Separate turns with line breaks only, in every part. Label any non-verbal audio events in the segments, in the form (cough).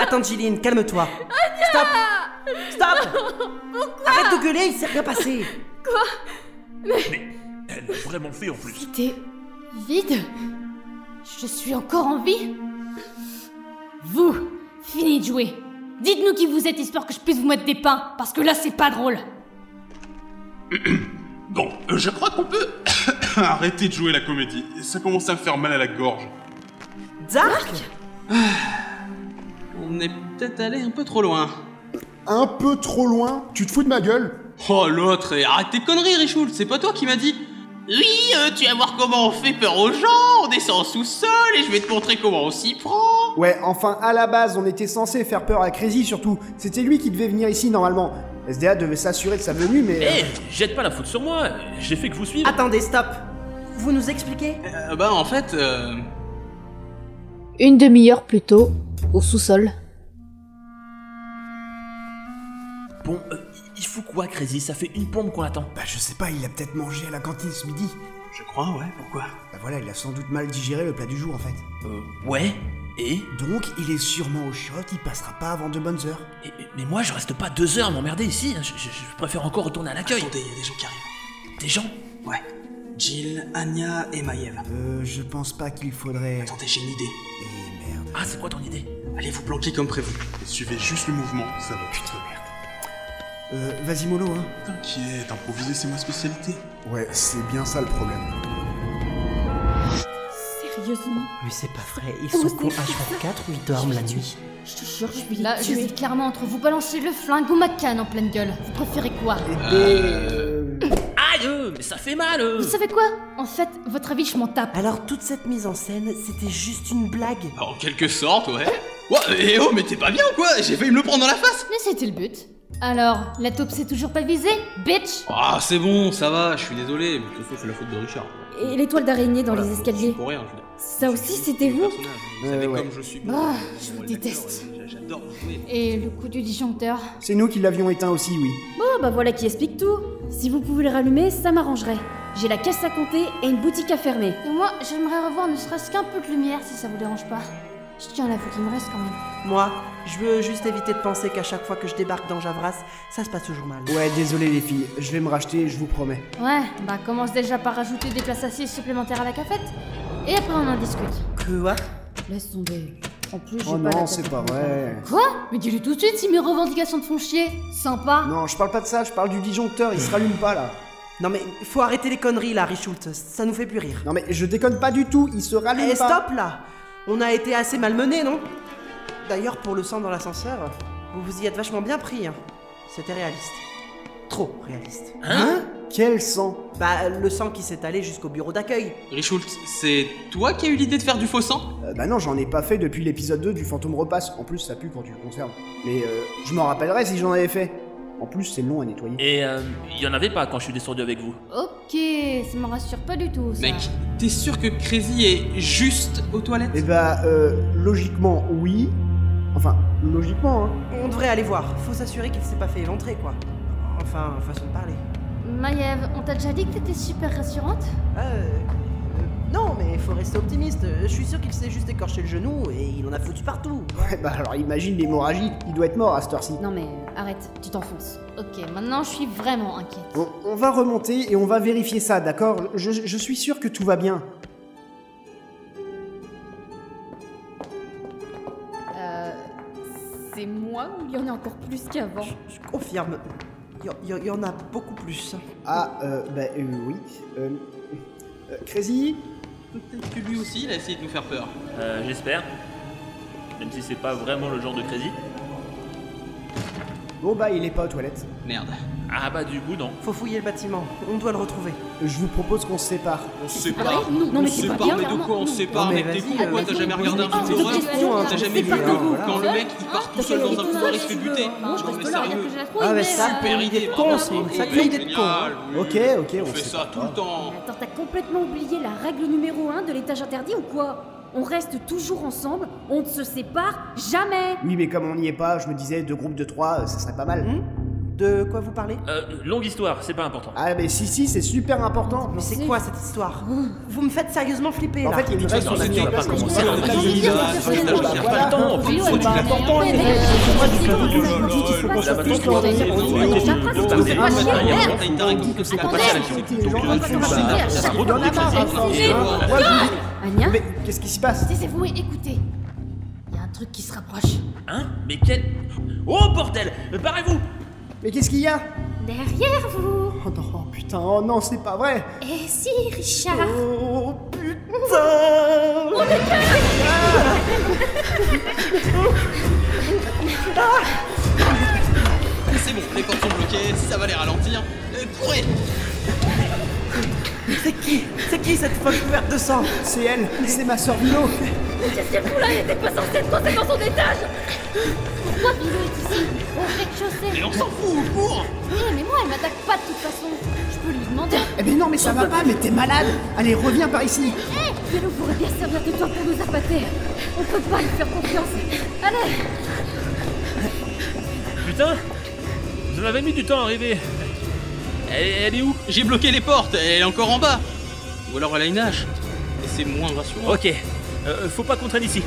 Attends, Jillian, calme-toi. Stop Stop Arrête de gueuler, il s'est rien passé
Mais elle l'a vraiment fait en plus.
C'était vide Je suis encore en vie Vous, fini de jouer. Dites-nous qui vous êtes histoire que je puisse vous mettre des pains, parce que là c'est pas drôle.
Bon, euh, je crois
(coughs)
qu'on peut.
Arrêtez de jouer la comédie, ça commence à me faire mal à la gorge.
Dark
On est peut-être allé un peu trop loin.
Un peu trop loin Tu te fous de ma gueule
Oh l'autre, et arrête tes conneries Richoul, c'est pas toi qui m'a dit Oui, euh, tu vas voir comment on fait peur aux gens, on descend en sous-sol et je vais te montrer comment on s'y prend
Ouais, enfin, à la base, on était censé faire peur à Crazy surtout. C'était lui qui devait venir ici normalement. SDA devait s'assurer de sa venue, mais. euh,
Eh, jette pas la faute sur moi, j'ai fait que vous
Ah.
suivez.
Attendez, stop Vous nous expliquez
Euh, Bah en fait, euh,
Une demi-heure plus tôt, au sous-sol.
Bon, euh, il faut quoi, Crazy Ça fait une pompe qu'on attend.
Bah je sais pas, il a peut-être mangé à la cantine ce midi.
je crois ouais, pourquoi
Bah voilà, il a sans doute mal digéré le plat du jour en fait.
Euh, ouais. Et
Donc il est sûrement au shot, il passera pas avant de bonnes heures.
Et- et- Mais moi, je reste pas deux heures à m'emmerder ici. hein. Je, je- je préfère encore retourner à l'accueil.
Attendez, il y a des gens qui arrivent.
Des gens
Ouais. Jill, Anya et Maiev.
Euh, je pense pas qu'il faudrait.
Attendez, j'ai une idée.
Eh merde.
Ah, c'est quoi ton idée
Allez vous planquer comme prévu.
Et suivez juste le mouvement, ça va. Putain,
Euh, vas-y mollo hein.
t'inquiète, improviser c'est ma spécialité.
Ouais, c'est bien ça le problème.
Sérieusement
Mais c'est pas vrai, ils
Vous
sont cons ah,
avez fait
H24 ou ils dorment la nuit
Je te jure, je vais Là, j'hésite clairement entre vous balancer le flingue ou ma canne en pleine gueule. Vous préférez quoi
Euh,
Aïe, euh, mais ça fait mal euh.
Vous savez quoi En fait, votre avis, je m'en tape.
Alors toute cette mise en scène, c'était juste une blague
En quelque sorte, ouais. Ouais, et oh, mais t'es pas bien ou quoi J'ai failli me le prendre dans la face
Mais c'était le but. Alors, la taupe c'est toujours pas visée, bitch
Ah, c'est bon, ça va, je suis désolé, mais de toute façon, c'est la faute de Richard.
Et l'étoile d'araignée dans
Voilà,
les
je suis
escaliers.
Pour rien, je veux dire.
Ça aussi,
C'est
c'était
le
vous
personnage, Vous savez
ouais.
comme je suis.
Ah,
bon,
je vous
l'acteur,
déteste.
euh, J'adore jouer.
Et le coup du disjoncteur.
C'est nous qui l'avions éteint aussi, oui.
Oh bah voilà qui explique tout. Si vous pouvez le rallumer, ça m'arrangerait. J'ai la caisse à compter et une boutique à fermer.
Et moi, j'aimerais revoir ne serait-ce qu'un peu de lumière si ça vous dérange pas. Je tiens la qu'il me reste quand même.
Moi, je veux juste éviter de penser qu'à chaque fois que je débarque dans Javras, ça se passe toujours mal.
Ouais, désolé les filles, je vais me racheter, je vous promets.
Ouais, bah commence déjà par rajouter des places assises supplémentaires à la cafette. Et après, on en discute.
Quoi
Laisse tomber. En plus, j'ai
Oh
pas
non, c'est pas vrai.
Quoi Mais dis-le tout de suite si mes revendications te font chier. Sympa.
Non, je parle pas de ça, je parle du disjoncteur, il se rallume pas là.
Non mais, faut arrêter les conneries là, Richult, ça nous fait plus rire.
Non mais je déconne pas du tout, il se rallume
Eh,
pas.
stop là On a été assez malmenés, non D'ailleurs, pour le sang dans l'ascenseur, vous vous y êtes vachement bien pris. hein. C'était réaliste. Trop réaliste.
Hein Quel sang
Bah, le sang qui s'est allé jusqu'au bureau d'accueil.
Richult, c'est toi qui as eu l'idée de faire du faux sang
Euh, Bah non, j'en ai pas fait depuis l'épisode 2 du fantôme repasse. En plus, ça pue quand tu le conserves. Mais euh, je m'en rappellerai si j'en avais fait. En plus, c'est long à nettoyer.
Et euh, il y en avait pas quand je suis descendu avec vous.
Ok, ça me rassure pas du tout. Ça.
Mec, t'es sûr que Crazy est juste aux toilettes
Et bah, euh, logiquement, oui. Enfin, logiquement, hein. (laughs)
On devrait aller voir. Faut s'assurer qu'il s'est pas fait éventrer, quoi. Enfin, façon de parler.
Maiev, on t'a déjà dit que t'étais super rassurante
Euh, euh, non, mais faut rester optimiste. Je suis sûr qu'il s'est juste écorché le genou et il en a foutu partout.
Ouais, bah alors imagine l'hémorragie, il doit être mort à cette heure-ci.
Non mais euh, arrête, tu t'enfonces.
Ok, maintenant je suis vraiment inquiète.
On, on va remonter et on va vérifier ça, d'accord je, je suis sûr que tout va bien.
Euh, c'est moi ou il y en a encore plus qu'avant
Je confirme. Il y, en a beaucoup plus.
Ah, euh, bah euh, oui. Euh, euh, Crazy
Peut-être que lui aussi, il a essayé de nous faire peur.
Euh, j'espère. Même si c'est pas vraiment le genre de Crazy.
Bon bah, il est pas aux toilettes.
Merde.
Ah bah du coup, non.
Faut fouiller le bâtiment. On doit le retrouver.
Je vous propose qu'on se sépare.
On se sépare.
Arrête, non,
Ah
Ah non
bah, on
mais
se
c'est pas
sépare,
bien.
mais de quoi on
clairement,
se sépare
Non, mais
Mec, t'es con
vas-y, euh,
ou quoi T'as jamais regardé un film
c'est
d'horreur
des questions, hein.
T'as jamais vu
Séparez-vous,
quand, quand le
voilà.
mec il part tout seul dans un couloir il se fait buter
Moi, je
Non, mais
reste là, il y a
sérieux
que je la trouve,
Ah, mais
mais,
ça,
euh,
Super idée,
de
bravo.
con, c'est une
Eh,
sacrée idée de
génial,
con, hein.
oui.
Ok, ok,
On
on
fait
se
ça tout le temps.
Attends, t'as complètement oublié la règle numéro 1 de l'étage interdit ou quoi On reste toujours ensemble, on ne se sépare jamais
Oui, mais comme on n'y est pas, je me disais deux groupes de trois, euh, ça serait pas mal.
Hmm De quoi vous parlez
Euh, longue histoire, c'est pas important.
Ah, mais si, si, c'est super important.
Mais c'est quoi cette histoire Vous me faites sérieusement flipper
En
là.
fait, les nouvelles sont
on a dit, on va pas commencer à faire des
Bah, voilà.
Là, maintenant, tu vois, c'est-
Ah,
c'est pas cher, merde. Anya
Mais qu'est-ce qui se passe
Taisez-vous et écoutez. Il y a un truc qui se rapproche.
Hein Mais quel. Oh bordel Euh, Barrez-vous
Mais qu'est-ce qu'il y a
Derrière vous
Oh non, putain, oh non, c'est pas vrai
Et si, Richard
Oh putain
C'est bon, les portes sont bloquées, ça va les ralentir. Euh, courez
C'est qui C'est qui cette folle couverte de sang
C'est elle, c'est ma sœur Vilo
Qu'est-ce qu'elle fout là Elle était pas censée être coincée dans son étage Pourquoi Bilou est ici Au rez-de-chaussée
Mais on s'en fout, on court
Oui, mais moi, elle m'attaque pas de toute façon. Je peux lui demander.
Eh ben non, mais ça va pas, mais t'es malade Allez, reviens par ici
Mais nous pourrait bien servir de toi pour nous appâter. On peut pas lui faire confiance. Allez
Putain Vous en avez mis du temps à arriver. Elle, elle est où
J'ai bloqué les portes, elle est encore en bas Ou alors elle a une hache. Et c'est moins rassurant.
Ok. Euh, faut pas qu'on traîne ici.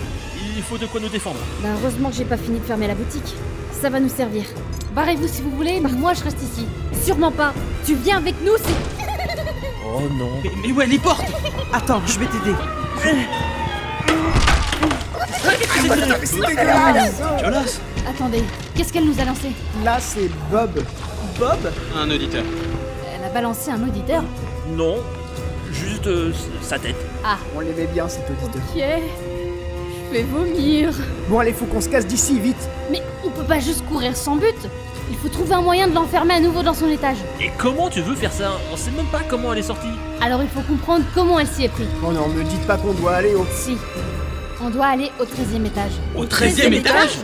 Il faut de quoi nous défendre.
Bah heureusement que j'ai pas fini de fermer la boutique. Ça va nous servir.
Barrez-vous si vous voulez, mais moi je reste ici. Sûrement pas. Tu viens avec nous, c'est.
Oh non.
Mais, mais ouais, les portes
Attends, je vais t'aider.
Jolas
Attendez, qu'est-ce qu'elle nous a lancé
Là, c'est Bob. Bob
Un auditeur.
Elle a balancé un auditeur.
Non. Juste euh, sa tête.
On l'aimait bien, cet auditeur.
Ok. Je vais vomir.
Bon, allez, faut qu'on se casse d'ici, vite
Mais on peut pas juste courir sans but. Il faut trouver un moyen de l'enfermer à nouveau dans son étage.
Et comment tu veux faire ça On sait même pas comment elle est sortie.
Alors il faut comprendre comment elle s'y est prise.
Oh non, me dites pas qu'on doit aller au...
Si. On doit aller au 13 e étage.
Au 13 e étage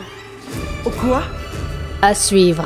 À suivre.